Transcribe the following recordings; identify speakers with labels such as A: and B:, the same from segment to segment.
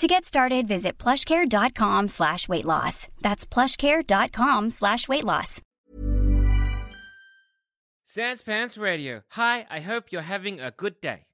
A: To get started, visit plushcare.com slash weight loss. That's plushcare.com slash weight loss.
B: Sans Pants Radio. Hi, I hope you're having a good day.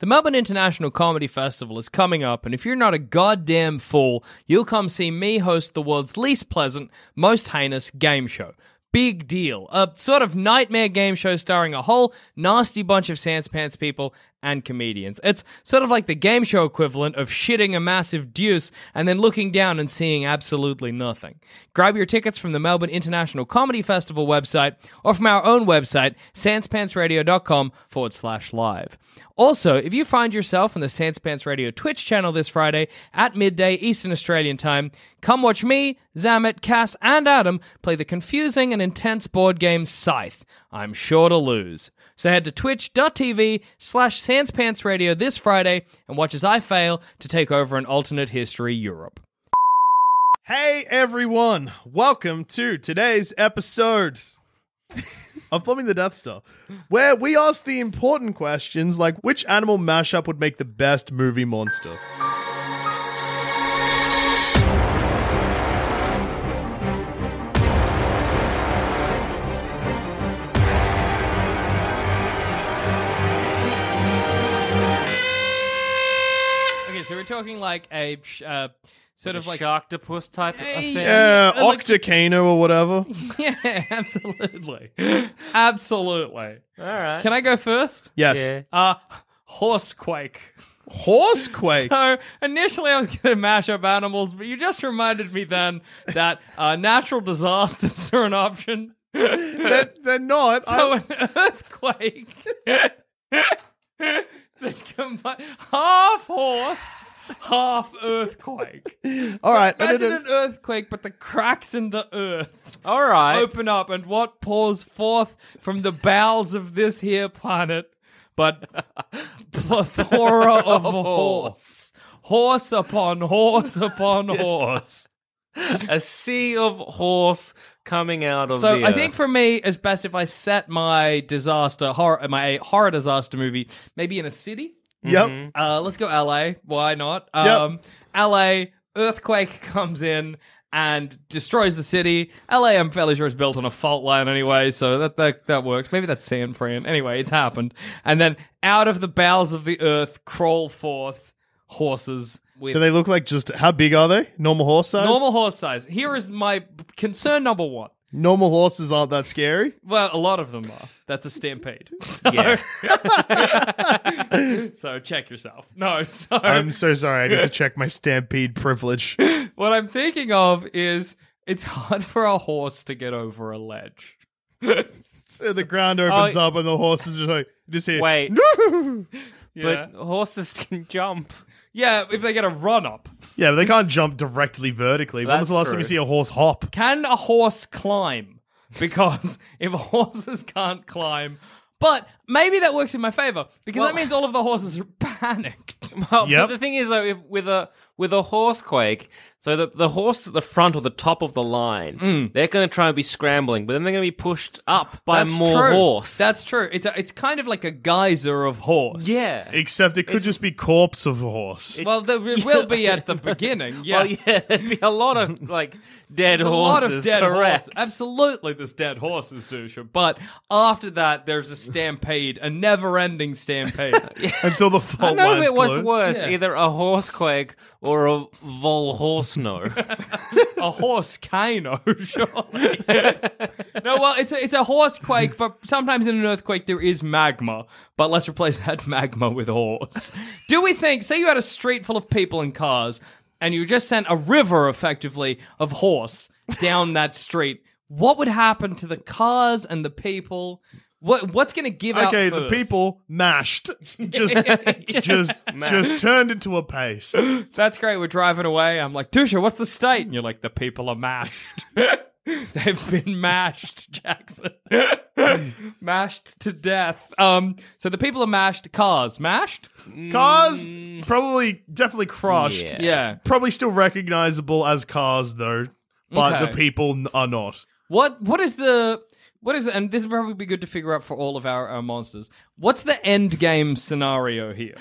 C: The Melbourne International Comedy Festival is coming up, and if you're not a goddamn fool, you'll come see me host the world's least pleasant, most heinous game show. Big deal. A sort of nightmare game show starring a whole nasty bunch of Sans Pants people and comedians. It's sort of like the game show equivalent of shitting a massive deuce and then looking down and seeing absolutely nothing. Grab your tickets from the Melbourne International Comedy Festival website or from our own website, sanspantsradio.com forward slash live. Also, if you find yourself on the Sanspants Radio Twitch channel this Friday at midday Eastern Australian time, come watch me, Zamet, Cass, and Adam play the confusing and intense board game Scythe. I'm sure to lose. So head to twitch.tv slash Sanspants Radio this Friday and watch as I fail to take over an alternate history Europe.
D: Hey everyone, welcome to today's episode of Plumbing the Death Star, where we ask the important questions like which animal mashup would make the best movie monster?
C: Okay, so we're talking like a sh- uh, sort of
B: Like
C: like.
B: Sharktopus type of thing.
D: Yeah,
C: I like-
D: Octocano or whatever.
C: Yeah, absolutely. absolutely.
B: All right.
C: Can I go first?
D: Yes.
B: Yeah.
C: Uh, Horsequake.
D: Horsequake.
C: So initially I was going to mash up animals, but you just reminded me then that uh, natural disasters are an option.
D: they're, they're not.
C: So an earthquake that combine half horse, half earthquake.
D: I- all right. I
C: Imagine
D: did
C: an earthquake, but the cracks in the earth
B: All right.
C: open up, and what pours forth from the bowels of this here planet but plethora of horse. Horse upon horse upon horse.
B: a sea of horse coming out of
C: So
B: the
C: I
B: earth.
C: think for me, it's best if I set my disaster horror, my horror disaster movie, maybe in a city.
D: Yep.
B: Mm-hmm.
C: Uh, let's go LA. Why not? Um, LA, earthquake comes in and destroys the city. LA, I'm fairly sure, is built on a fault line anyway, so that, that, that works. Maybe that's San Fran. Anyway, it's happened. And then out of the bowels of the earth crawl forth horses with
D: Do they look like just how big are they? Normal horse size?
C: normal horse size. Here is my concern number one.
D: Normal horses aren't that scary.
C: Well, a lot of them are. That's a stampede. So,
B: Yeah.
C: so check yourself. No, so
D: I'm so sorry. I need to check my stampede privilege.
C: What I'm thinking of is it's hard for a horse to get over a ledge.
D: So the ground opens
B: Oh.
D: up and the horse is just like just here.
B: Wait.
D: No.
C: Yeah.
B: But horses can jump.
C: yeah, if they get a run up.
D: Yeah, but they can't jump directly vertically. when was
B: That's
D: the last time
B: true.
D: you see a horse hop?
C: Can a horse climb? Because if horses can't climb, but maybe that works in my favor because that
B: Well-
C: means all of the horses are panicked.
B: Well,
D: Yep.
B: Oh, but the thing is, though, if, with a with a horse quake, so the the horse at the front or the top of the line,
C: Mm.
B: they're going to try and be scrambling, but then they're going to be pushed up by more
C: true.
B: horse.
C: That's true. It's a, it's kind of like a geyser of horse.
B: yeah.
D: Except it could just be corpse of a horse.
C: Well, there will be at the beginning. Yeah.
B: Well, yeah, there'd be a lot of like dead
C: There's
B: horses.
C: a lot of dead
B: correct.
C: horses. Absolutely, there's dead horses, Dusha. But after that, there's a stampede, a never-ending stampede.
D: until the
B: I
D: fault
B: don't know
D: lines
B: if it was
D: close.
B: worse,
C: Yeah.
B: either a horse quake or a vol horse no.
C: a horse kano, surely. no, well, it's a, it's a horse quake, but sometimes in an earthquake there is magma. But let's replace that magma with horse. Do we think? Say you had a street full of people and cars, and you just sent a river, effectively, of horse down that street. What would happen to the cars and the people? What what's going to give out?
D: Okay, the
C: first?
D: people mashed, just just just turned into a paste.
B: Mm.
C: That's great. We're driving away. I'm like, Tusha, what's the state? And you're like, the people are mashed. They've been mashed, Jackson. mashed to death. Um, so the people are mashed. Cars mashed.
D: Cars probably definitely crushed.
B: Yeah.
C: Yeah.
D: Probably still recognizable as cars though, but
C: Okay.
D: the people n- are not.
C: What What is the what is the, and this would probably be good to figure out for all of our, our monsters. What's the end game scenario here?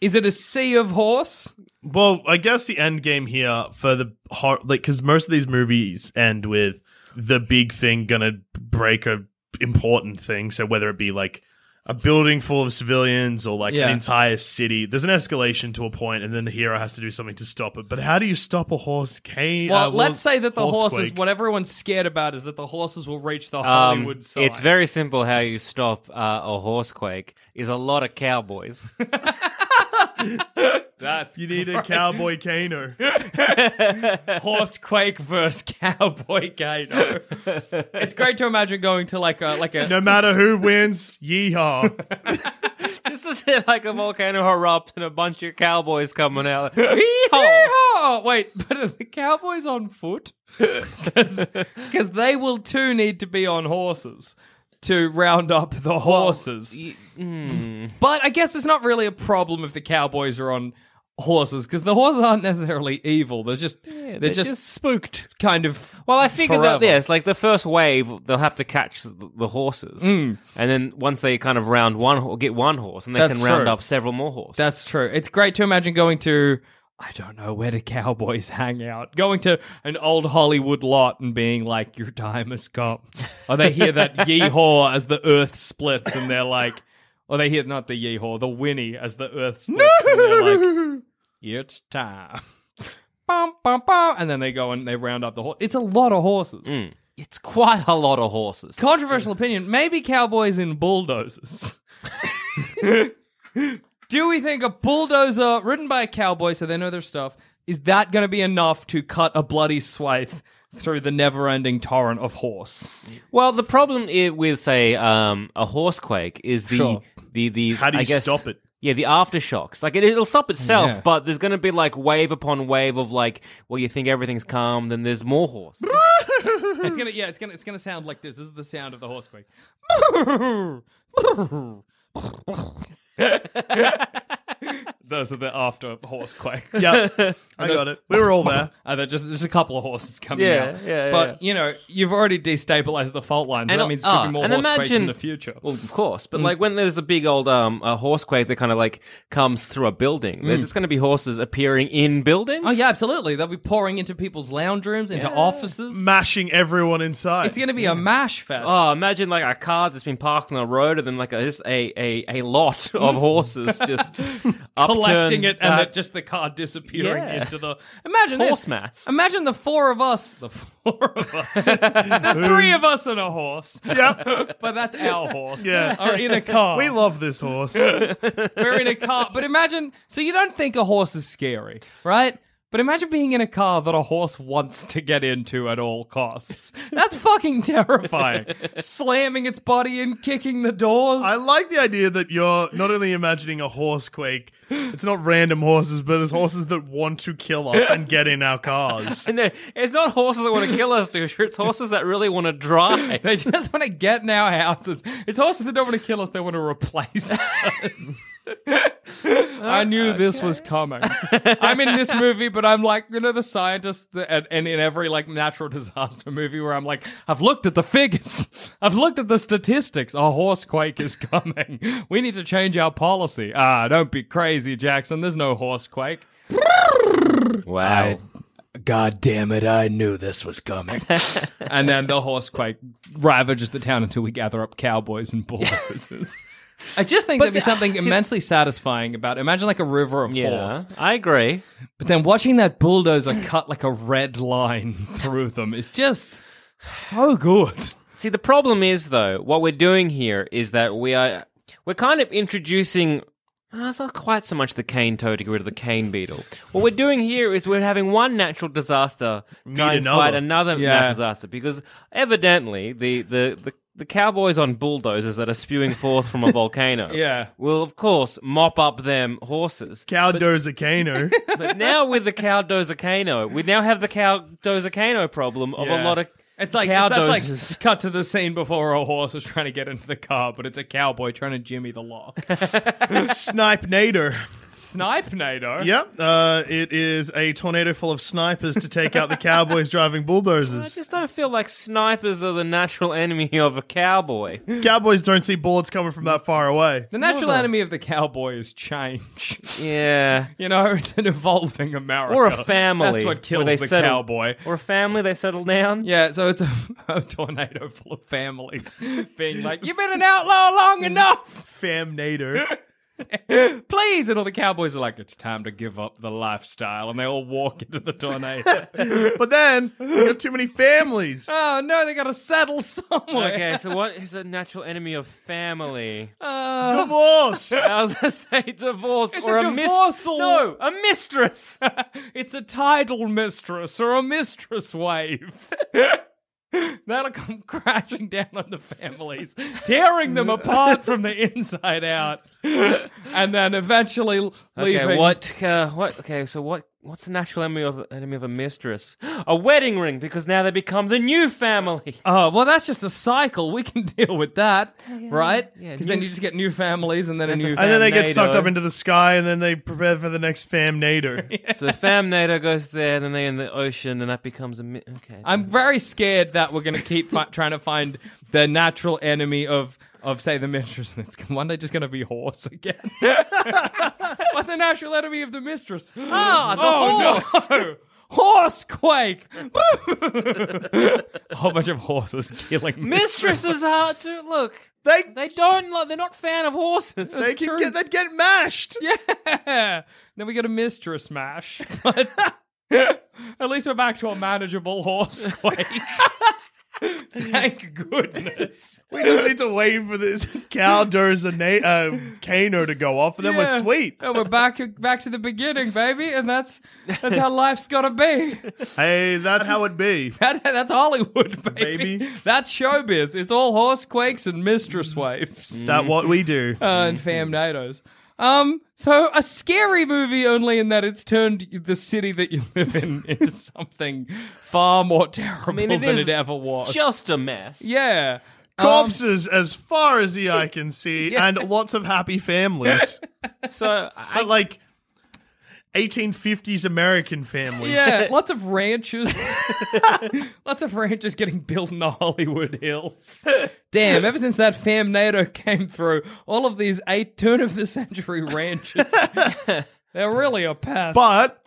C: Is it a sea of horse?
B: Uh,
D: Well, I guess the end game here for the hor- like because most of these movies end with the big thing gonna break a important thing. So whether it be like a building full of civilians or like
C: Yeah.
D: an entire city, there's an escalation to a point, and then the hero has to do something to stop it. But how do you stop a horse? Uh, Can
C: Well, let's say that the horses.
D: quake.
C: What everyone's scared about is that the horses will reach the
B: Um,
C: Hollywood side.
B: it's very simple how you stop uh, a horse quake is a lot of cowboys.
C: that's
D: you need a cowboy Kano.
C: horse quake versus cowboy Gato. it's great to imagine going to like a like a
D: No matter who wins, yeehaw.
B: this is it, like a volcano erupts and a bunch of cowboys coming out. Hee-haw!
C: Oh, wait, but are the cowboys on foot? Because they will too need to be on horses to round up the horses.
B: y-
C: But I guess it's not really a problem if the cowboys are on horses because the horses aren't necessarily evil. They're just they're,
B: they're
C: just,
B: just
C: spooked, kind of.
B: Well, I figured
C: forever.
B: out this: like the first wave, they'll have to catch the, the horses,
C: Hmm.
B: and then once they kind of round one, ho- get one horse, and they
C: That's
B: can round
C: true.
B: up several more horses.
C: That's true. It's great to imagine going to I don't know where do cowboys hang out. Going to an old Hollywood lot and being like, "Your time has come." Or they hear that yeehaw as the earth splits, and they're like, or they hear not the yeehaw, the whinny as the earth splits, and they're like, "It's time." Bum, bum, bum. And then they go and they round up the horse. It's a lot of horses.
B: it's quite a lot of horses.
C: Controversial opinion. Maybe cowboys in bulldozers. Do we think a bulldozer ridden by a cowboy, so they know their stuff, is that going to be enough to cut a bloody swath through the never-ending torrent of horse?
B: Well, the problem i with say um, a horse quake is the
C: Sure.
B: the the
D: How do
B: I
D: you
B: guess-
D: stop it?
B: Yeah, the aftershocks. Like it, it'll stop itself,
C: Yeah.
B: but there's going to be like wave upon wave of like, well, you think everything's calm, then there's more horse.
C: it's gonna, yeah, it's gonna, it's gonna sound like this. This is the sound of the horse quake. Those are the after horse quakes.
D: Yeah, I got it. We were all there.
C: Uh, they're just just a couple of horses coming
B: Yeah,
C: out.
B: yeah,
C: But you know, you've already destabilized the fault line, so
B: And,
C: that means
B: uh,
C: there could be more
B: and
C: horse quakes in
B: imagine-
C: the future.
B: Well, of course,
C: Mm.
B: but like when there's a big old um a horse quake that kind of like comes through a building, there's just going to be horses appearing in buildings.
C: Mm. oh yeah, absolutely. They'll be pouring into people's lounge rooms, into offices.
D: Mashing everyone inside.
C: it's going to be a mash fest.
B: Oh, imagine like a car that's been parked on a road, and then like a just a, a, a lot of horses just
C: Mm. collecting
B: upturned
C: it and
B: that-
C: it just the car disappearing
B: Yeah.
C: into the imagine this.
B: Horse mass.
C: Imagine the four of us, the four of us, the three of us and a horse.
D: Yep.
C: But that's our horse.
D: Yeah.
C: Or in a car.
B: Oh.
D: We
C: We
D: love this horse.
C: are in a car. But imagine, so you don't think a horse is scary, right? But imagine being in a car that a horse wants to get into at all costs. That's fucking terrifying. Slamming its body in, kicking the doors.
D: I like the idea that you're not only imagining a horse quake, it's not random horses, but it's horses that want to kill us and get in our cars.
B: And they're- it's not horses that want to kill us, dude. It's horses that really want to drive.
C: They just want to get in our houses. It's horses that don't want to kill us, they want to replace us. I knew this was coming. I'm in this movie, but I'm like, you know, the scientist that, and, and in every like natural disaster movie where I'm like, I've looked at the figures, I've looked at the statistics. A horse quake is coming. We need to change our policy. Ah, don't be crazy, Jackson. There's no horse quake.
B: Wow.
C: God damn it, I knew this was coming. and then the uh, horse quake ravages the town until we gather up cowboys and bulldozers. I just think
B: But
C: there'd be
B: the-
C: something immensely satisfying about imagine like a river of
B: Yeah,
C: horse,
B: I agree.
C: but then watching that bulldozer cut like a red line through them is just so good.
B: See, the problem is though, what we're doing here is that we are we're kind of introducing. uh, It's not quite so much the cane toe to get rid of the cane beetle. What we're doing here is we're having one natural disaster try and
D: another.
B: fight another
C: Yeah.
B: natural disaster because evidently the the. the the cowboys on bulldozers that are spewing forth from a volcano
C: Yeah.
B: will, of course, mop up them horses.
D: Cow Dozakano.
B: But now with the cow dozicano, we now have the cow dozicano problem of
D: Yeah.
B: a lot of
C: It's like
B: cow
C: that's like
B: dozers.
C: cut to the scene before a horse is trying to get into the car, but it's a cowboy trying to jimmy the lock.
D: Snipe Nader.
C: Snipe NATO.
D: Yep. Uh, it is a tornado full of snipers to take out the cowboys driving
B: I
D: bulldozers.
B: just don't feel like snipers are the natural enemy of a cowboy.
D: Cowboys don't see bullets coming from that far away.
C: The natural enemy of the cowboy is change.
B: Yeah.
C: You know, it's an evolving America.
B: Or a family.
C: That's what
B: where
C: kills
B: they
C: the
B: settle-
C: cowboy.
B: Or a family, they settle down.
C: Yeah, so it's a, a tornado full of families being like, You've been an outlaw long enough!
D: Fam Nader.
C: Please! And all the cowboys are like, It's time to give up the lifestyle. And they all walk into the tornado.
D: But then, we got too many families.
C: oh no, they gotta settle somewhere.
B: Okay, so what is a natural enemy of family? Uh.
D: Divorce.
B: I was gonna say divorce
C: It's
B: or
C: a
B: a, mis-
C: divorcel.
B: No, a mistress.
C: it's a tidal mistress or a mistress wave. That'll come crashing down on the families, tearing them apart from the inside out, and then eventually leaving.
B: Okay, what? Uh, what? Okay, so what? What's the natural enemy of enemy of a mistress? A wedding ring, because now they become the new family.
C: Oh well, that's just a cycle. We can deal with that, right? Because
B: yeah,
C: then
B: new-
C: you just get new families, and then a
B: That's
C: new.
B: a
D: And then they get
B: Fam
D: sucked
B: Nader.
D: up into the sky, and then they prepare for the next Fam Nader.
B: so the famnator goes there, then they in the ocean, and that becomes a mi- okay.
C: I'm very scared that we're going to keep fi- trying to find the natural enemy of, of say, the mistress. And it's one day just going to be horse again. What's the natural enemy of the mistress?
B: Ah, the
C: horse. Oh, no. Horse quake! a whole bunch of horses killing me.
B: Mistresses are to look.
D: They
B: They don't. Lo- they're not fan of horses.
D: they can get they'd get mashed.
C: Yeah. Then we got a mistress mash. But at least we're back to a manageable horse quake. Thank goodness.
D: We just need to wait for this cow Durzana- uh, Kano to go off, and then
C: Yeah. Oh.
D: we're sweet.
C: And we're back back to the beginning, baby, and that's that's how life's gotta be.
D: Hey, that how it be?
C: That, that's Hollywood, baby.
D: Baby.
C: That's showbiz. It's all horse quakes and mistress waves
D: Is that what we do?
C: uh, and fam
B: Mm-hmm.
C: nados. Um, so a scary movie only in that it's turned the city that you live in into something far more terrible
B: mean, it
C: than
B: is
C: it ever was.
B: Just Um, a mess.
C: yeah.
D: Corpses, as far as the eye can see, and lots of happy families.
B: So I,
D: But like 1850s American families.
C: Yeah, lots of ranches. lots of ranches getting built in the Hollywood Hills. Damn, ever since that fam NATO came through, all of these eight turn of the century ranches. They're really a pest.
D: But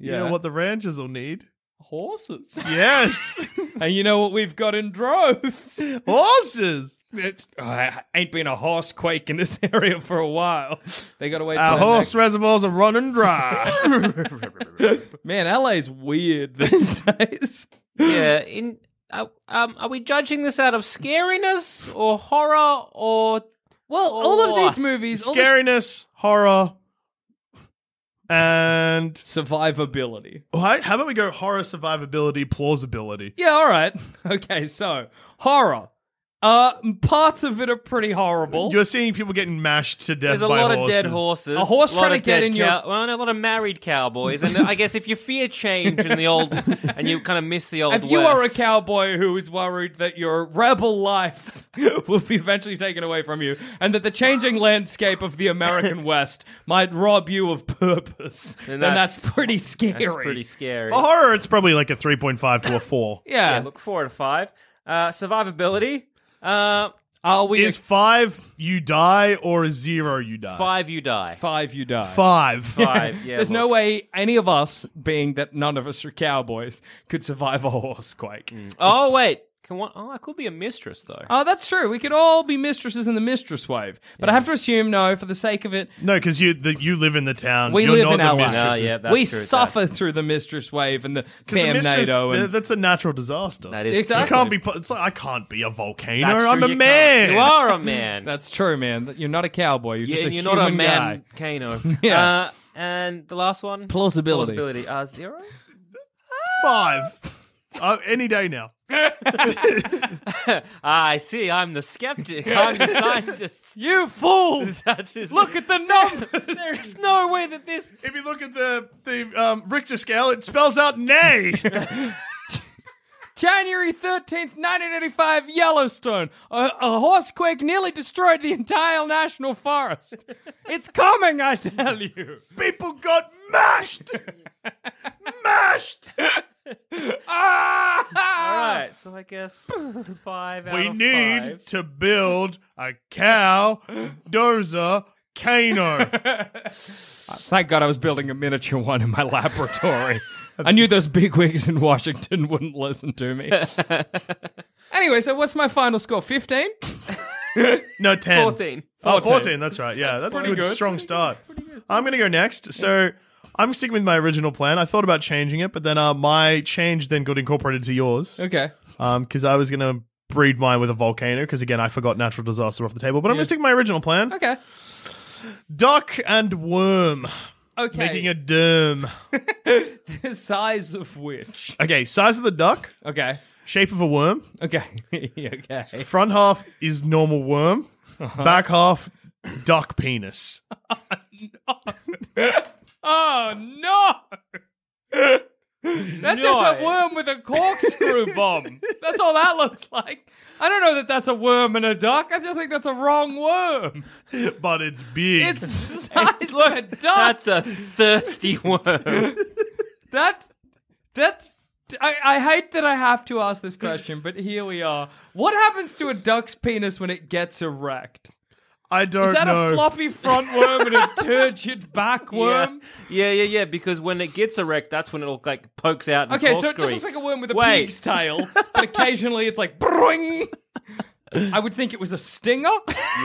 C: yeah.
D: you know what the ranchers will need?
C: Horses.
D: Yes,
C: And you know what we've got in droves?
D: horses.
C: It, oh, ain't been a horse quake in this area for a while. They got to wait for
D: Our
C: that
D: horse reservoirs are running dry.
C: next- Man, LA's weird these days.
B: yeah. In uh, um, are we judging this out of scariness or horror or
C: Well, all of
B: Oh,
C: these movies, all this
D: Scariness, horror, and
C: survivability.
D: Why- how about we go horror survivability plausibility?
C: Yeah, all right. Okay, so horror. Uh, parts of it are pretty horrible.
D: You're seeing people getting mashed to death.
B: there's a
D: by
B: lot of
D: horses.
B: dead horses,
C: A horse
B: a lot
C: trying
B: of
C: to get
B: dead
C: in your-
B: cow- well, and a lot of married cowboys. And I guess if you fear change and the old, and you kind of miss the old.
C: if you are a
B: West.
C: cowboy who is worried that your rebel life will be eventually taken away from you, and that the changing landscape of the American West might rob you of purpose, then, that's,
B: that's-
C: pretty scary.
B: that's pretty scary.
D: For horror, it's probably like a 3.5 to a 4.
C: yeah.
B: Yeah, look four out of five. Uh, survivability. Uh,
C: Are we
D: Is 5 you die or is 0 you die?
B: five, you die.
C: five? You die.
D: 5.
B: Five. Yeah.
C: There's no
B: look.
C: way any of us, being that none of us are cowboys, could survive a horse quake.
B: Oh wait, Can one? Oh, I could be a mistress though.
C: Oh, that's true. We could all be mistresses in the mistress wave. But I have to assume, no, for the sake of it,
D: No, because you the, you live in the town.
C: we
D: You're
C: live
D: not
C: in
D: the
C: LA.
D: mistresses.
B: No, yeah, that's
C: we
B: true,
C: suffer through the mistress wave and the
D: 'Cause a
C: fam
D: mistress,
C: NATO.
D: th-
C: And...
D: that's a natural disaster.
B: that is
C: Exactly.
D: You can't be. pu- It's like I can't be a volcano.
B: That's true,
D: I'm a
B: you can't.
D: man.
B: You are a man.
C: That's true, man. You're not a cowboy. You're
B: yeah,
C: just a
B: and you're not a
C: human
B: man,
C: guy.
B: Kano.
C: Yeah.
B: Uh, and the last one,
C: Plausibility.
B: Plausibility. Uh, zero.
D: Five. Uh, any day now.
B: Ah, I see. I'm the skeptic. I'm the scientist.
C: You fool!
B: That is.
C: Look at the numbers.
B: there is no way that this.
D: If you look at the the um, Richter scale, it spells out nay.
C: January 13th, 1985, Yellowstone. A, a horsequake nearly destroyed the entire national forest. It's coming, I tell you.
D: People got mashed. mashed.
C: Ah!
B: All right, so I guess five. Out
D: We
B: of
D: need
B: five.
D: to build a cow dozer cano.
C: Thank God I was building a miniature one in my laboratory. I knew those bigwigs in Washington wouldn't listen to me. anyway, so what's my final score? 15?
D: No, 10.
B: fourteen.
D: Oh, 14, that's right. Yeah, that's, a good, strong start. I'm going to go next. So I'm sticking with my original plan. I thought about changing it, but then uh, my change then got incorporated to yours
C: Okay.
D: because I was going to breed mine with a volcano because, again, I forgot natural disaster off the table. But I'm going to stick with my original plan.
C: Okay.
D: Duck and worm.
C: Okay.
D: Making a derm.
C: the size of which?
D: Okay, size of the duck,
C: Okay.
D: shape of a worm.
C: Okay. okay. Uh-huh.
D: Front half is normal worm. Back half, duck penis.
C: Oh no! That's just a
B: No.
C: worm with a corkscrew bomb. That's all that looks like. I don't know that that's a worm and a duck. I just think that's a wrong worm.
D: But it's big.
C: It's the size
B: Look,
C: of a duck.
B: that's a thirsty worm.
C: that that I, I hate that I have to ask this question, but here we are. What happens to a duck's penis when it gets erect?
D: I don't
C: Is that
D: know.
C: a floppy front worm and a turgid back worm?
B: Yeah, yeah, yeah. Because when it gets erect, that's when it all like pokes out. And
C: Okay, so it
B: corkscrews.
C: just looks like a worm with a
B: Wait.
C: pig's tail, but occasionally it's like boing. I would think it was a stinger,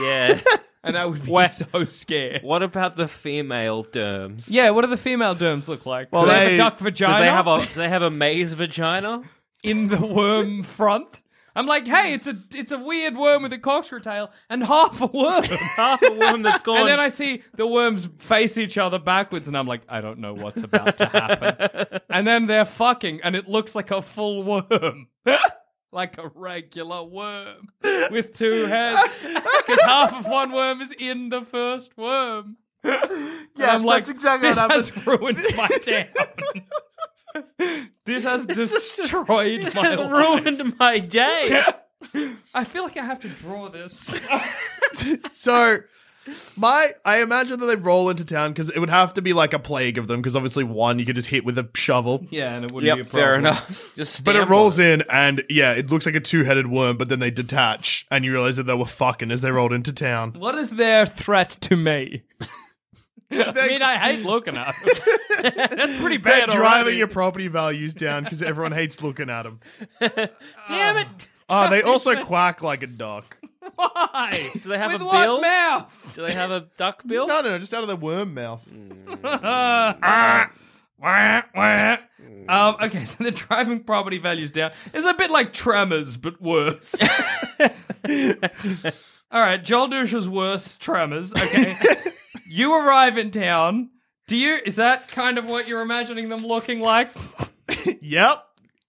B: Yeah.
C: and I would be
B: Wait.
C: so scared.
B: what about the female derms?
C: Yeah, what do the female derms look like?
D: Well,
C: do they, have a
D: they-
C: duck
B: Because
C: vagina
B: they have a do they have a maze vagina.
C: in the worm front. I'm like, hey, it's a it's a weird worm with a corkscrew tail and half a worm.
B: Half a worm that's gone.
C: And then I see the worms face each other backwards, and I'm like, I don't know what's about to happen. and then they're fucking, and it looks like a full worm. like a regular worm with two heads. Because half of one worm is in the first worm. And I'm
D: that's
C: like,
D: exactly
C: this
D: what
C: has ruined my town. this has destroyed my
B: has
C: life.
B: ruined my day.
C: I feel like I have to draw this.
D: So my I imagine that they roll into town because it would have to be like a plague of them because obviously one you could just hit with a shovel.
C: yeah, and it wouldn't be a
B: Yep,
C: problem.
B: fair enough. Just
D: But it
B: stamp
D: rolls
B: on
D: in and yeah, it looks like a two-headed worm, but then they detach and you realize that they were fucking as they rolled into town.
C: What is their threat to me? I mean, I hate looking at them. That's pretty
D: They're
C: bad.
D: driving
C: already.
D: your property values down because everyone hates looking at them.
B: Damn it!
D: Oh, they also quack like a duck.
C: Why?
B: Do they have
C: With
B: a
C: what
B: bill?
C: mouth?
B: Do they have a duck bill?
D: No, no, no, just out of their worm mouth.
C: Wah, wah. Um, okay, so they're driving property values down. It's a bit like Tremors, but worse. All right, Joel Dusha's worse Tremors. Okay, you arrive in town. Do you? Is that kind of what you're imagining them looking like?
D: Yep.
B: Yep,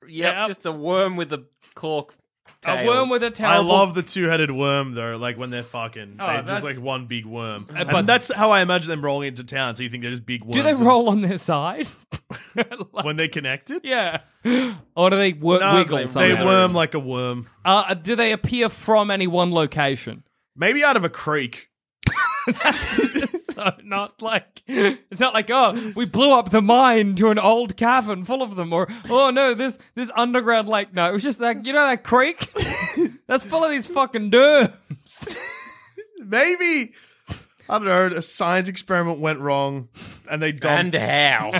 C: Yep.
B: just a worm with a cork. Tail.
C: A worm with a tail.
D: I love the two-headed worm though, like when they're fucking,
C: Oh,
D: they're
C: that's-
D: just like one big worm.
C: but-
D: and that's how I imagine them rolling into town. So you think they're just big worms?
C: Do they
D: and-
C: roll on their side? Like-
D: when they connected?
C: yeah. Or do they wor-
D: No,
C: wiggle
D: they,
C: somehow?
D: they worm like a worm.
C: Uh, do they appear from any one location?
D: Maybe out of a creek.
C: So not like it's not like oh we blew up the mine to an old cavern full of them or oh no this this underground lake no it was just like you know that creek that's full of these fucking derms
D: Maybe I don't know. A science experiment went wrong, and they dumped.
B: And how?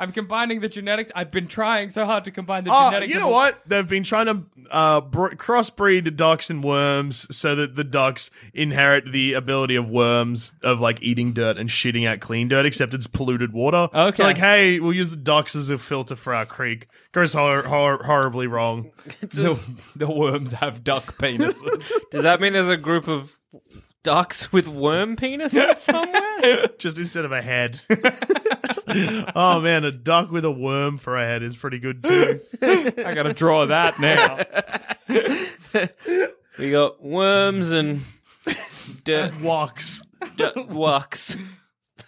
C: I'm combining the genetics. I've been trying so hard to combine the
D: Oh,
C: genetics.
D: you
C: of
D: know
C: all-
D: what? They've been trying to uh, br- crossbreed ducks and worms so that the ducks inherit the ability of worms of like eating dirt and shitting out clean dirt, except it's polluted water.
C: Okay.
D: So like, hey, we'll use the ducks as a filter for our creek. Goes hor- hor- horribly wrong.
C: The, the worms have duck penises.
B: Does that mean there's a group of ducks with worm penises somewhere?
D: Just instead of a head. oh man, a duck with a worm for a head is pretty good too.
C: I gotta draw that now.
B: we got worms and dirt,
D: Walks,
B: dirt wucks.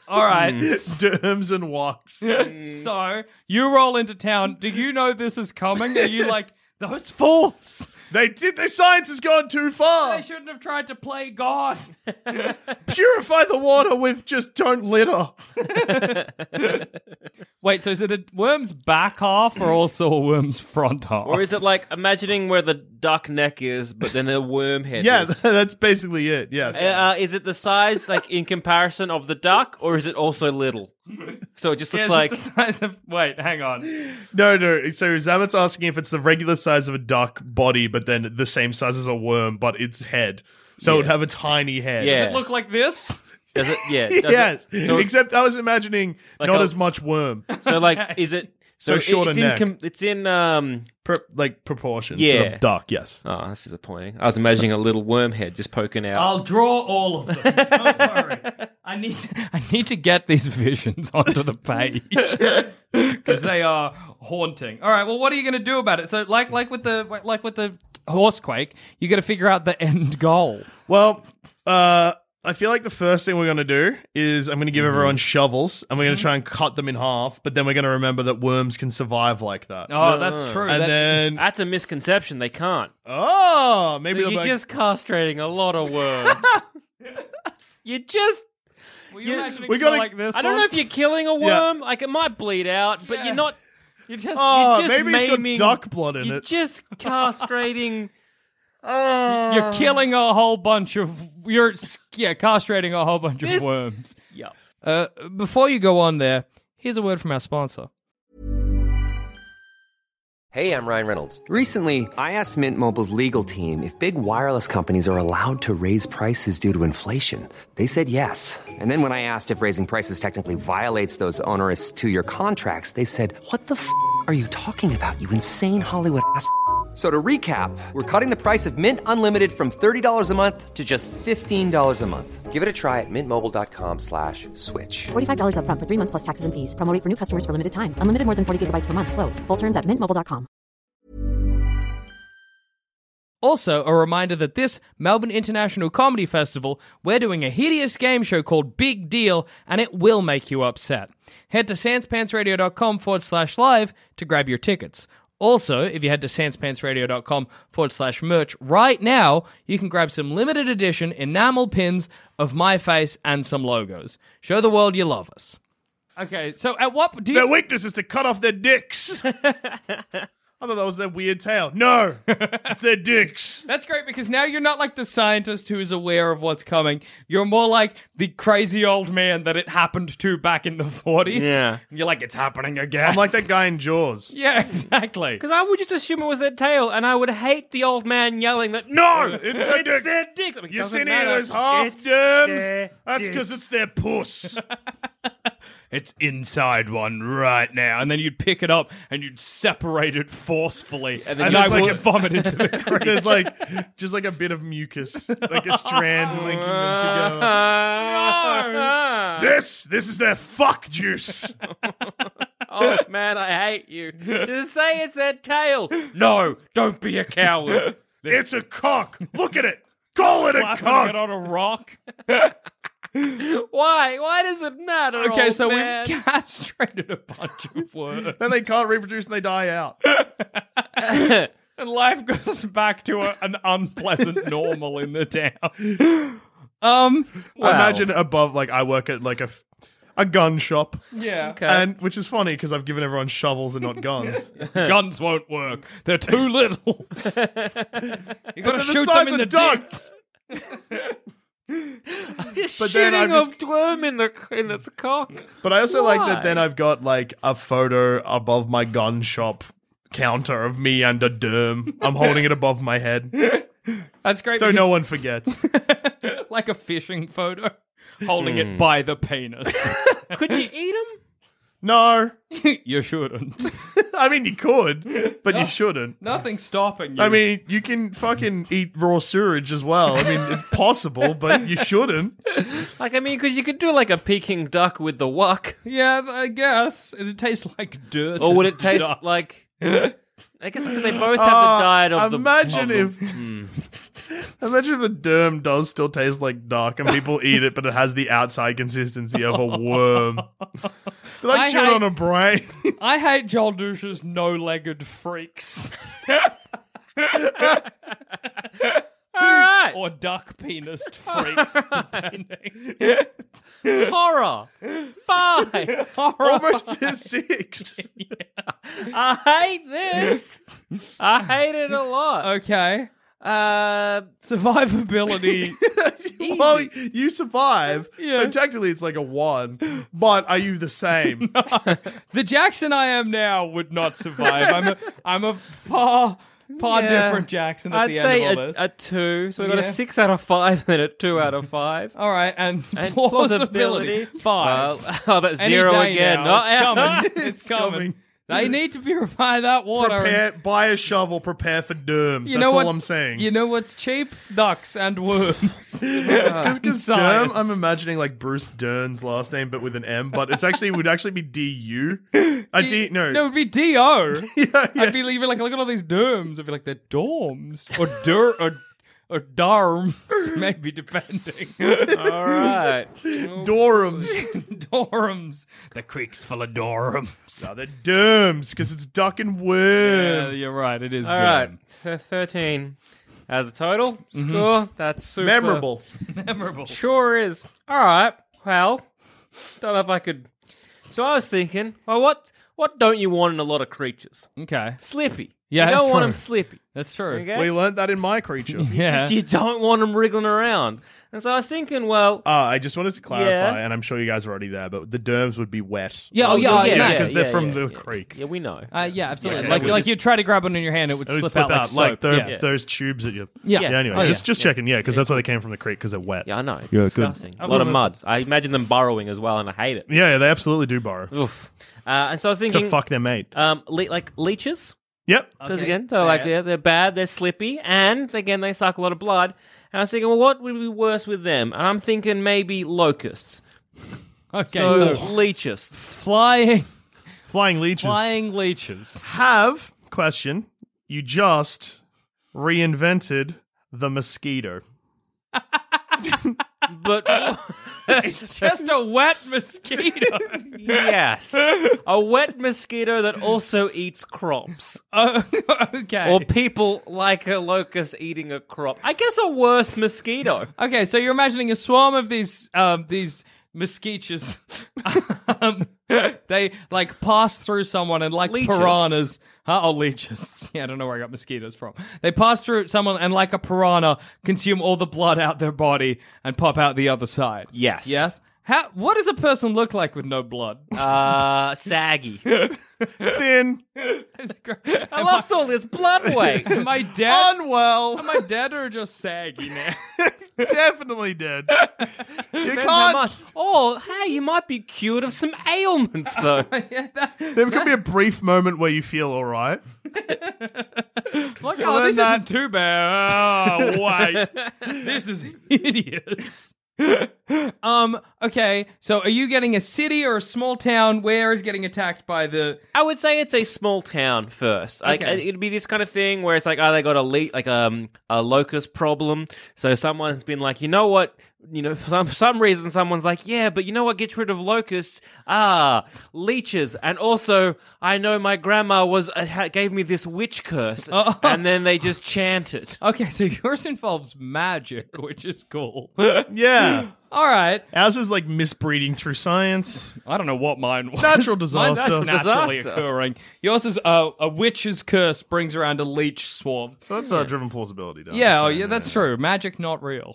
C: All right.
D: derms, and walks.
C: Mm. so you roll into town. Do you know this is coming? Are you like those fools?
D: They did. Their science has gone too far.
C: They shouldn't have tried to play God.
D: Purify the water with just don't litter.
C: Wait, so is it a worm's back half or also a worm's front half?
B: Or is it like imagining where the duck neck is, but then the worm head
D: Yeah,
B: is?
D: that's basically it. Yes.
B: Uh, is it the size, like in comparison of the duck, or is it also little? So it just
C: Yeah, is
B: looks
C: it
B: like
C: the size of- wait, hang on.
D: no, no. So Zamet's asking if it's the regular size of a duck body, but then the same size as a worm, but its head. So it would have a tiny head.
B: Yeah.
C: Does it look like this?
B: does it? Yeah, does it-
D: Yes.
B: so,
D: Except I was imagining not
B: a-
D: as much worm,
B: so like, is it? So, it-
D: shorter
B: it's
D: neck.
B: in com- it's in um.
D: per, like proportion. to
B: Yeah.
D: a duck. Yes.
B: Oh, that's disappointing. I was imagining a little worm head just poking out.
C: I'll draw all of them. Don't worry. I need to, I need to get these visions onto the page because they are haunting. All right. Well, what are you going to do about it? So, like, like with the like with the horsequake, you got to figure out the end goal.
D: Well, uh, I feel like the first thing we're going to do is I'm going to give everyone shovels and we're
B: Mm-hmm.
D: going to try and cut them in half, but then we're going to remember that worms can survive like that.
C: Oh, that's true.
D: and
C: That-
D: then,
B: That's a misconception. They can't.
D: oh, maybe
B: You're
D: they'll be like-
B: just castrating a lot of worms. you just.
C: were you imagining
D: we
C: it
D: gotta-
C: like this.
B: I don't know if you're killing a
D: Yeah.
B: worm. Like it might bleed out, but
C: Yeah.
B: you're not.
C: you just.
D: Oh,
B: just
D: maybe it's got
B: maiming-
D: duck blood in
B: You're
D: it.
B: just castrating. Oh,
C: you're killing a whole bunch of you're yeah castrating a whole bunch of
B: This-
C: worms.
B: Yeah.
C: Uh, before you go on there, here's a word from our sponsor.
E: Hey, I'm Ryan Reynolds. Recently, I asked Mint Mobile's legal team if big wireless companies are allowed to raise prices due to inflation. They said yes. And then when I asked if raising prices technically violates those onerous two year contracts, they said, What the f are you talking about, you insane Hollywood ass? f- So to recap, we're cutting the price of Mint Unlimited from $30 a month to just $15 a month. Give it a try at mintmobile.com slash switch.
F: $45 upfront for three months plus taxes and fees. Promo rate for new customers for limited time. Unlimited more than 40 gigabytes per month. Slows. Full terms at mintmobile.com.
C: Also, a reminder that this Melbourne International Comedy Festival, we're doing a hideous game show called Big Deal, and it will make you upset. Head to sanspantsradio.com forward slash live to grab your tickets. Also, if you head to sanspantsradio.com forward slash merch right now, you can grab some limited edition enamel pins of my face and some logos. Show the world you love us. Okay, so at what do you
D: Their weakness is to cut off their dicks. I thought that was their weird tail. No, it's their dicks.
C: That's great because now you're not like the scientist who is aware of what's coming. You're more like the crazy old man that it happened to back in the 40s.
B: Yeah.
C: And you're like, it's happening again.
D: I'm like that guy in Jaws.
C: yeah, exactly.
B: Because I would just assume it was their tail, and I would hate the old man yelling that, no, it's,
D: their dick."
B: their dick. I'm like,
D: You
B: "Doesn't
D: seen any of
B: matter.
D: those half
B: It's
D: derms?
B: their
D: That's because
B: dicks."
D: it's their puss.
C: It's inside one right now. And then you'd pick it up and you'd separate it forcefully. And,
B: then
D: you'd
C: I
D: like-
C: would vomit into the creek.
D: There's like just like a bit of mucus, like a strand linking them together.
B: Ah,
D: This, this is their fuck juice.
B: oh, man, I hate you. Just say it's their tail. No, don't be a coward.
D: it's a cock. Look at it. Call it a
C: Slapping it
D: cock.
C: on a rock.
B: Why? Why does it matter?
C: Okay,
B: old
C: so
B: man?
C: we've castrated a bunch of worms.
D: Then they can't reproduce and they die out.
C: And life goes back to a, an unpleasant normal in the town. Um,
B: Wow.
D: Imagine above, like I work at like a f- a gun shop,
C: yeah,
D: and which is funny because I've given everyone shovels and not guns.
C: guns won't work. They're too little. you gotta
D: They're
C: shoot
D: the size
C: them in
D: of
C: the
D: ducks.
B: Just
D: But then
B: shooting
D: I
B: a
D: just-
B: worm in the in its cock.
D: But I also like
B: Why?
D: that then I've got like a photo above my gun shop counter of me and a derm. I'm holding it above my head
C: That's great.
D: so no one forgets.
C: one like a fishing photo, holding it by the penis.
B: Could you eat them?
D: No.
C: you shouldn't.
D: I mean, you could, but you shouldn't.
C: Nothing's stopping you.
D: I mean, you can fucking eat raw sewage as well. I mean, it's possible, but you shouldn't.
B: Like, I mean, because you could do like a Peking duck with the wok,
C: yeah, I guess it tastes like dirt.
B: or would it taste
C: Duck.
B: like? I guess because they both have
D: Uh,
B: the diet of the.
D: imagine
B: of the-
D: if imagine if the derm does still taste like duck and people eat it, but it has the outside consistency of a worm. They're like
C: I
D: chewing
C: hate-
D: on a brain.
C: I hate Joel Dusha's no-legged freaks
B: All right,
C: or duck-penised freaks, depending.
B: horror. Five.
D: Almost a six.
B: I hate this. I hate it a lot.
C: Okay.
B: Uh,
C: Survivability.
D: well, you survive,
C: Yeah.
D: so technically it's like a one. But are you the same?
C: the Jackson I am now would not survive. I'm a, I'm a far, far
B: Yeah.
C: different Jackson at
B: I'd
C: the
B: say
C: end of all this.
B: a, a two. So we got
C: Yeah.
B: a six out of five and a two out of five.
C: all right, and,
B: And
C: plausibility.
B: plausibility.
C: Five.
B: Well, oh, that's
C: Any
B: zero
C: day
B: again.
C: now,
B: Not
C: it's coming. it's coming.
D: coming.
C: They need to purify that water.
D: prepare, buy a shovel, prepare for derms.
C: You
D: That's
C: know
D: all
C: what's-
D: I'm saying.
C: You know what's cheap? Ducks and worms.
D: It's because
C: Science.
D: Derm, I'm imagining like Bruce Dern's last name, but with an M. But it's actually it would actually be D U. A D no.
C: No, it would be D.O.
D: yeah, yeah.
C: I'd be leaving like, look at all these derms. I'd be like, they're dorms. Or dur or, or darms, maybe, depending.
D: Uh.
B: All right.
D: Dorums.
C: dorms. The creek's full of dorms.
D: no, they're Derms because it's duck and worm.
C: Yeah, Uh, you're right. It is
B: All right.
C: dorm.
B: Th- 13 as a total score. That's super.
D: Mm-hmm. Memorable.
C: Memorable.
B: Sure is. All right. Well, don't know if I could. So I was thinking, well, what what don't you want in a lot of creatures?
C: Okay.
B: Slippy.
C: Yeah,
B: You don't want
C: true.
B: them slippy.
C: That's true.
B: Okay?
D: We learnt that in my creature.
C: Yeah.
B: You don't want them wriggling around. And so I was thinking, well,
D: Uh, I just wanted to clarify,
B: Yeah.
D: and I'm sure you guys are already there, but the derms would be wet.
C: Yeah, oh, yeah, yeah, yeah,
D: because they're
B: yeah,
D: from
B: yeah,
D: the
B: yeah.
D: creek.
B: yeah, we know.
C: Uh, yeah, absolutely.
D: Yeah,
C: like,
D: yeah.
C: like you try to grab one in your hand, it would
D: It
C: slip,
D: would slip out, like,
C: soap.
D: tho-
C: yeah.
D: those tubes that you.
C: Yeah.
D: Yeah. Anyway,
C: Oh,
D: just
C: yeah.
D: just checking. Yeah, because that's why they came from the creek because they're wet.
B: Yeah, I know. It's
D: Yeah, good.
B: disgusting. A lot of mud. I imagine them burrowing as well, and I hate it.
D: Yeah, yeah, they absolutely do borrow
B: Oof. Uh, and so I was thinking,
D: to fuck their mate.
B: um, le- like leeches.
D: Yep.
B: Because
C: Uh, Okay,
B: again, so like
C: fair.
B: they're, they're bad, they're slippy, and again they suck a lot of blood. And I was thinking, well, what would be worse with them? And I'm thinking maybe locusts.
C: Okay,
B: So,
C: so,
B: leechists.
C: flying,
D: Flying leeches.
C: flying leeches.
D: have question you just reinvented the mosquito
B: But
C: It's just a wet mosquito.
B: yes, a wet mosquito that also eats crops
C: oh, okay.
B: or people like a locust eating a crop. I guess a worse mosquito.
C: okay, so you're imagining a swarm of these um, these mosquitoes. um, they like pass through someone and like
B: Leeches.
C: piranhas. Huh? Oh, leeches. Yeah, I don't know where I got mosquitoes from. They pass through someone and like a piranha consume all the blood out their body and pop out the other side.
B: Yes.
C: Yes. How? What does a person look like with no blood?
B: Uh, saggy.
D: thin
B: I lost all this blood weight.
C: Am I
B: Oh,
C: dead?
D: unwell
C: Am I dead or just saggy now?
D: definitely dead you
B: Depends
D: can't
B: how much. Oh, hey, you might be cured of some ailments though.
D: there could be a brief moment where you feel all right
C: Like, oh,
D: then
C: this
D: that-
C: isn't too bad. Oh, wait. this is hideous. um, okay, so are you getting a city or a small town? Where is getting attacked by the.
B: I would say it's a small town first. Like
C: Okay.
B: it'd be this kind of thing where it's like, oh, they got a le- like um a locust problem. So someone's been like, you know what, you know, for some for some reason, someone's like, yeah, but you know what, gets rid of locusts, ah, leeches, and also I know my grandma was uh, ha- gave me this witch curse, and then they just chant it.
C: Okay, so yours involves magic, which is cool.
D: yeah
C: All right.
D: ours is like misbreeding through science
C: I don't know what mine was.
D: Natural
C: Mine's
D: disaster.
C: naturally
B: Disaster.
C: occurring. Yours is uh, a witch's curse brings around a leech swarm. oh,
D: so that's uh, driven plausibility down
C: Yeah, oh, yeah, that's true. Magic not real.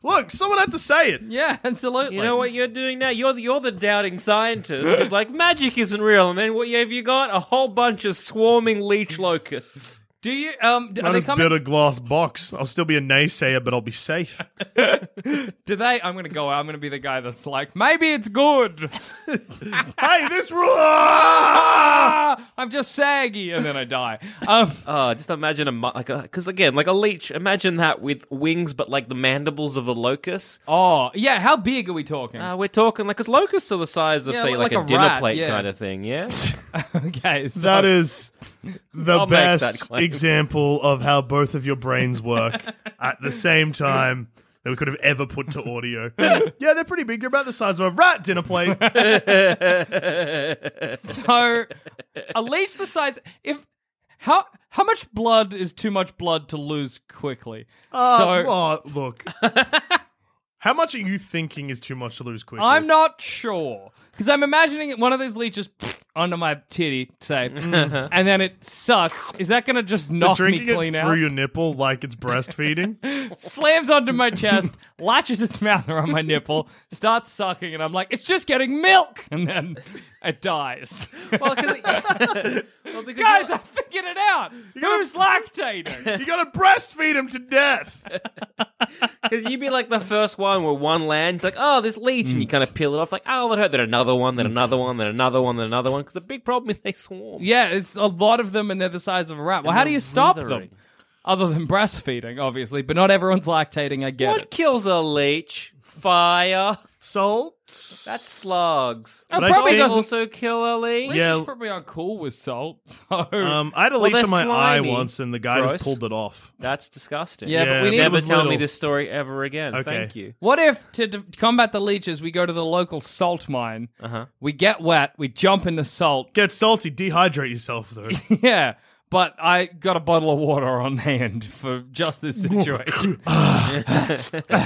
D: Look, someone had to say it.
C: Yeah, absolutely.
B: You know what you're doing now? You're the, you're the doubting scientist who's like, magic isn't real. And then what have you got? A whole bunch of swarming leech locusts.
C: Do you um? d-
D: I
C: Are they
D: just built
C: coming?
D: a glass box. I'll still be a naysayer, but I'll be safe.
C: Do they? I'm gonna go. out. I'm gonna be the guy that's like, maybe it's good.
D: hey, this rule. Ah!
C: Ah, I'm just saggy, and then I die. Um,
D: Uh,
B: Oh, just imagine a, mu- like because again, like a leech, imagine that with wings, but like the mandibles of the locust.
C: oh yeah, how big are we talking?
D: um,
B: Uh, we're talking like, because locusts are the size of,
C: Yeah,
B: say,
C: like
B: like,
C: a
B: a, dinner
C: rat,
B: plate
C: yeah.
B: kind of thing, yeah?
C: okay, so
D: That is the
B: I'll make that
D: best
B: claim.
D: example of how both of your brains work at the same time that we could have ever put to audio. yeah, they're pretty big. You're about the size of a rat dinner plate.
C: so a leech the size if how how much blood is too much blood to lose quickly?
D: Uh,
C: so
D: oh, look. How much are you thinking is too much to lose quickly?
C: I'm not sure because I'm imagining one of these leeches under my titty, say, and then it sucks. Is that gonna just
D: so
C: knock me
D: drinking
C: clean
D: it
C: out?
D: through your nipple like it's breastfeeding.
C: slams onto my chest, latches its mouth around my nipple, starts sucking, and I'm like, it's just getting milk, and then it dies.
B: well, 'cause it- well, because
C: Guys,
B: you're-
C: I figured it out. Who's lactating?
D: you gotta breastfeed him to death.
B: Because you'd be like the first one where one lands, like, oh, this leech,
C: Mm.
B: and you kind of peel it off, like, oh, that hurt. Then another one, then another one, then another one, then another one. Because the big problem is they swarm.
C: Yeah, it's a lot of them, and they're the size of a rat. Well, how do you stop them? Other than breastfeeding, obviously, but not everyone's lactating. I get
B: What
C: it.
B: kills a leech? Fire.
D: Salt.
B: That's slugs.
C: That
D: But I
C: probably
D: think-
C: doesn't.
B: also kill a leech.
C: leeches
D: Yeah.
C: probably aren't cool with salt. So
D: Um, I had a leech
B: they're
D: in my eye
B: slimy.
D: once, and the guy
B: Gross.
D: just pulled it off.
B: That's disgusting.
C: Yeah, but we
D: but
C: need-
D: it
B: Never
D: was
B: tell me
D: little.
B: this story ever again.
D: Okay.
B: Thank you.
C: What if to d- combat the leeches, we go to the local salt mine? Uh-huh. We get wet, we jump in the salt.
D: Get salty, dehydrate yourself though.
C: Yeah, but I got a bottle of water on hand for just this situation.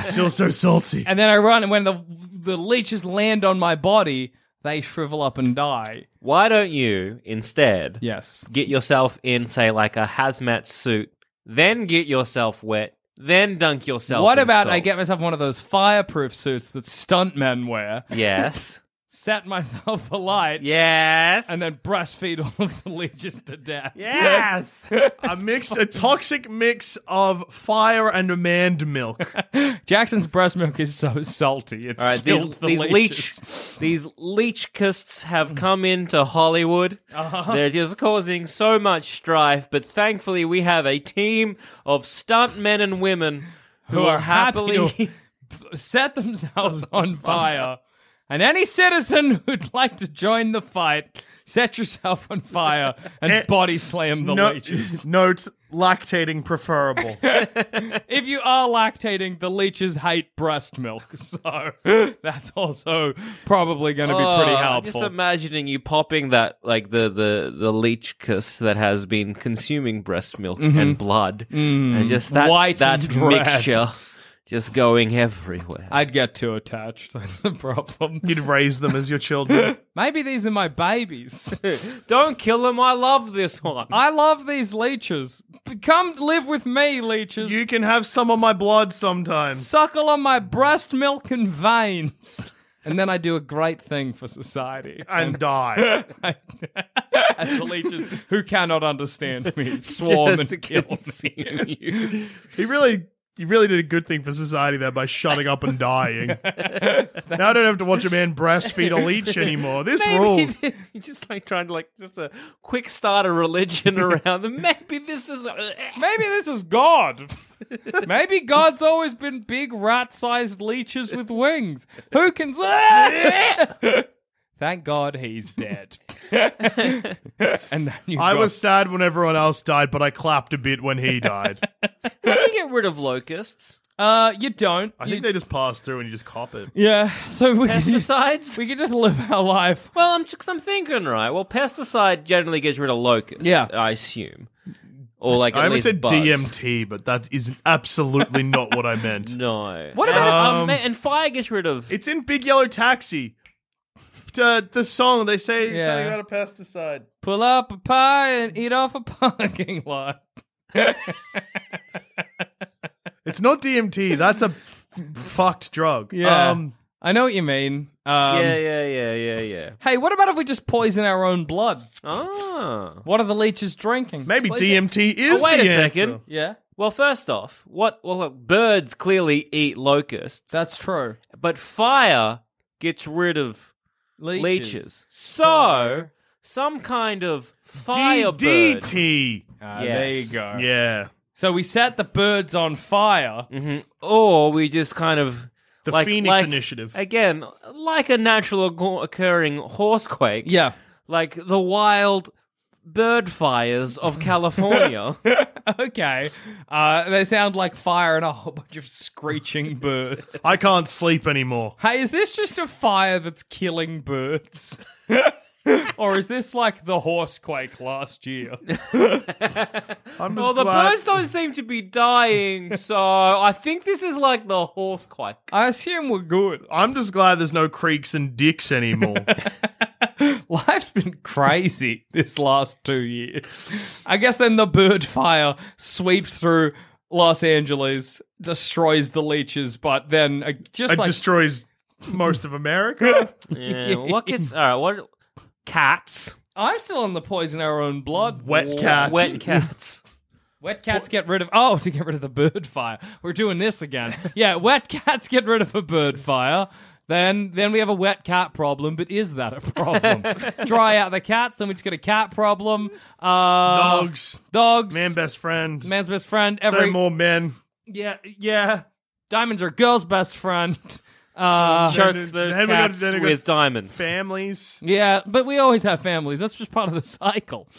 D: Still so salty.
C: and then I run, and when the the leeches land on my body, they shrivel up and die.
B: Why don't you instead
C: Yes.
B: get yourself in, say, like a hazmat suit, then get yourself wet, then dunk yourself
C: What
B: in
C: about I
B: salt?
C: get myself one of those fireproof suits that stuntmen wear,
B: Yes.
C: set myself alight,
B: Yes.
C: and then breastfeed all of the leeches to death?
B: Yes.
D: A mix, a toxic mix of fire and amand milk.
C: Jackson's breast milk is so salty. It's
B: All right, these,
C: killed the
B: these leech
C: leeches. Mm.
B: these leechkists have come into Hollywood.
C: Uh-huh.
B: They're just causing so much strife, but thankfully we have a team of stunt men and women who,
C: Who
B: will
C: are happy
B: happily
C: to- set themselves on fire. And any citizen who'd like to join the fight, set yourself on fire and body slam the
D: Eh, No,
C: leeches.
D: note lactating preferable.
C: If you are lactating, the leeches hate breast milk, so that's also probably going to be pretty
B: Oh, I'm
C: helpful.
B: Just imagining you popping that like the the the leech kiss that has been consuming breast milk and blood, and just that
C: Mm-hmm. Mm. White
B: that
C: and red.
B: mixture just going everywhere.
C: I'd get too attached. That's the problem.
D: You'd raise them as your children.
C: Maybe these are my babies.
B: Don't kill them. I love this one.
C: I love these leeches. Come live with me, leeches.
D: You can have some of my blood sometimes.
C: suckle on my breast milk and veins. And then I do a great thing for society.
D: And die.
C: As the leeches who cannot understand me swarm
B: Just
C: and kill me.
B: consume you.
D: He really, he really did a good thing for society there by shutting up and dying. now I don't have to watch a man breastfeed a leech anymore. This
C: Oh.
D: rule.
B: Maybe you just like trying to like just a quick start a religion around them. Maybe this is uh,
C: Maybe this is God. Maybe God's always been big rat sized leeches with wings. Who can. Thank God he's dead. and then you
D: I
C: got-
D: was sad when everyone else died, but I clapped a bit when he died.
B: how do you get rid of locusts?
C: Uh, you don't.
D: I
C: You-
D: think they just pass through and you just cop it.
C: yeah, so we could, just,
B: Pesticides.
C: we could just live our life
B: Well, I'm just, I'm thinking, right? Well, pesticide generally gets rid of locusts.
C: Yeah.
B: I assume, or like at
D: I almost
B: least
D: said
B: bugs.
D: DMT, but that is absolutely not what I meant.
B: No.
C: What about
B: and,
D: if-
B: um, and fire gets rid of?
D: It's in Big Yellow Taxi. The, the song they say
C: Yeah.
D: something about a pesticide.
C: pull up a pie and eat off a parking lot.
D: It's not DMT. That's a fucked drug. Um,
C: Yeah. Um, I know what you mean. Um,
B: yeah, yeah, yeah, yeah, yeah.
C: Hey, what about if we just poison our own blood?
B: Ah.
C: What are the leeches drinking?
D: maybe
C: Poison-
D: DMT is
B: Oh, wait
D: the
B: a
D: answer.
B: second.
C: Yeah,
B: Well, first off, what? Well, look, birds clearly eat locusts.
C: that's true.
B: but fire gets rid of
C: Leeches.
B: leeches. So some kind of fire
D: D-
B: bird.
D: DT.
C: Ah,
B: Yes.
C: There you go.
D: Yeah.
C: So we set the birds on fire.
B: Mhm. Or we just kind of
D: The
B: like,
D: Phoenix
B: like-
D: Initiative.
B: again, like a natural occur- occurring horsequake.
C: Yeah.
B: like the wild bird fires of California.
C: Okay. Uh, they sound like fire and a whole bunch of screeching birds.
D: I can't sleep anymore.
C: Hey, is this just a fire that's killing birds? or is this like the horsequake last year?
D: I'm just
B: well, Oh, the
D: glad-
B: birds don't seem to be dying, so I think this is like the horsequake.
C: I assume we're good.
D: I'm just glad there's no creeks and dicks anymore.
C: Life's been crazy this last two years. I guess then the bird fire sweeps through Los Angeles, destroys the leeches, but then uh, just
D: it
C: like
D: destroys most of America.
B: Yeah, what gets all right? What cats?
C: I'm still on the poison our own blood.
D: Wet cats.
B: Wet cats.
C: Wet cats get rid of oh to get rid of the bird fire. We're doing this again. Yeah, wet cats get rid of a bird fire. Then then we have a wet cat problem. But is that a problem? Dry out the cats, and we just got a cat problem. Uh,
D: Dogs.
C: dogs,
D: Man best friend.
C: man's best friend.
D: Say
C: Every
D: more men.
C: yeah yeah. Diamonds are girls' best friend. Uh,
B: Choke
D: then-
B: those
D: then we got-
B: cats
D: then we got
B: with diamonds.
D: Families.
C: Yeah, but we always have families. That's just part of the cycle.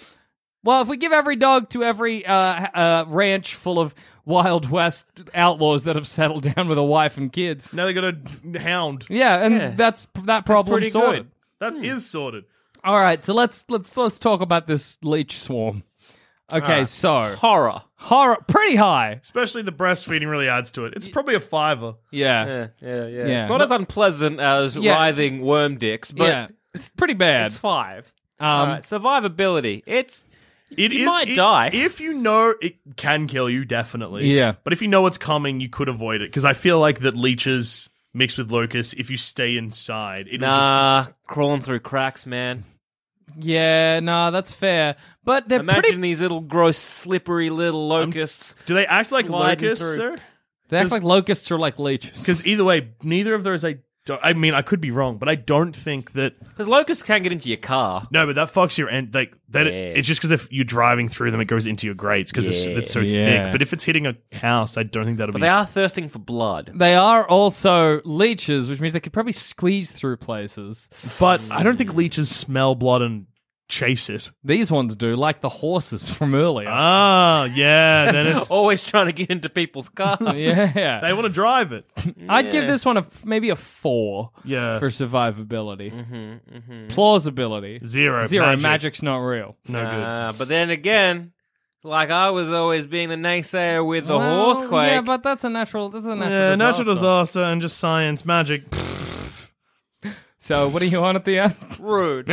C: Well, if we give every dog to every uh, uh, ranch full of Wild West outlaws that have settled down with a wife and kids,
D: Now they got a hound.
C: yeah, and that's that problem
B: pretty
C: sorted.
B: good.
D: That is sorted.
C: All right, so let's let's let's talk about this leech swarm. Okay, so
B: Horror.
C: horror pretty high.
D: Especially the breastfeeding really adds to it. It's probably a fiver.
C: Yeah, yeah,
B: Yeah, yeah, yeah.
C: Yeah.
B: It's not as unpleasant as
C: Yeah.
B: writhing worm dicks, but
C: it's pretty bad.
B: it's five.
C: Um,
B: all right, survivability. It's
D: It
B: You
D: is-
B: might
D: it-
B: die.
D: If you know it can kill you, definitely.
C: Yeah.
D: But if you know what's coming, you could avoid it. Because I feel like that leeches mixed with locusts, if you stay inside, it'll just
B: nah crawling through cracks, man.
C: yeah, nah, that's fair, but they're
B: Imagine
C: pretty.
B: these little gross, slippery little locusts.
D: Um, do they act like
B: sliding
D: locusts,
B: through.
D: sir?
C: They act like locusts or like leeches.
D: Because either way, neither of those I don't, I mean I could be wrong, but I don't think that
B: Because locusts can get into your car.
D: no, but that fucks your end like that
B: Yeah.
D: it's just because if you're driving through them it goes into your grates because
B: Yeah.
D: it's, it's so
C: Yeah.
D: thick. But if it's hitting a house, I don't think that'll
B: But
D: be
B: they are thirsting for blood.
C: They are also leeches, which means they could probably squeeze through places.
D: But I don't think leeches smell blood and chase it.
C: These ones do, like the horses from earlier.
D: Ah, yeah. Then it's
B: Always trying to get into people's cars.
C: yeah.
D: they want to drive it.
C: I'd give this one a f- maybe a four
D: Yeah.
C: for survivability,
B: Mm-hmm,
C: plausibility.
D: Zero.
C: Zero. Magic's not real.
D: No good.
B: Uh, but then again, like I was always being the naysayer with the
C: Well,
B: horsequake.
C: Yeah, but that's a natural. That's a natural.
D: Yeah,
C: disaster.
D: natural disaster and just science, magic. Pfft,
C: So what are you on at the end?
B: rude,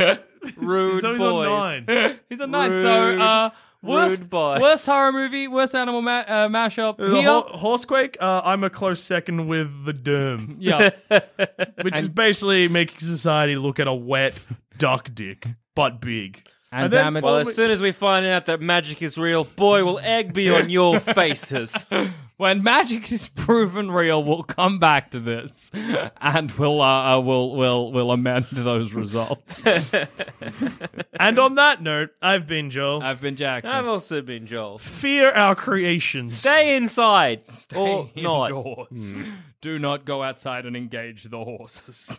B: rude
D: it's always
B: boys.
D: on nine.
C: He's a nine. So uh, worst
B: rude boys.
C: worst horror movie, worst animal ma- uh, mashup.
D: The
C: Here,
D: ho- horsequake, uh, I'm a close second with the derm,
C: yeah,
D: which is basically making society look at a wet duck dick, but big.
C: and
D: then
C: damage.
B: Well, as soon as we find out that magic is real, boy, will egg be on your faces.
C: when magic is proven real, we'll come back to this, and we'll uh, uh, we'll we'll we'll amend those results.
D: And on that note, I've been Joel.
C: I've been Jackson.
B: I've also been Joel.
D: Fear our creations.
B: Stay inside or not.
C: Indoors. Do not go outside and engage the horses.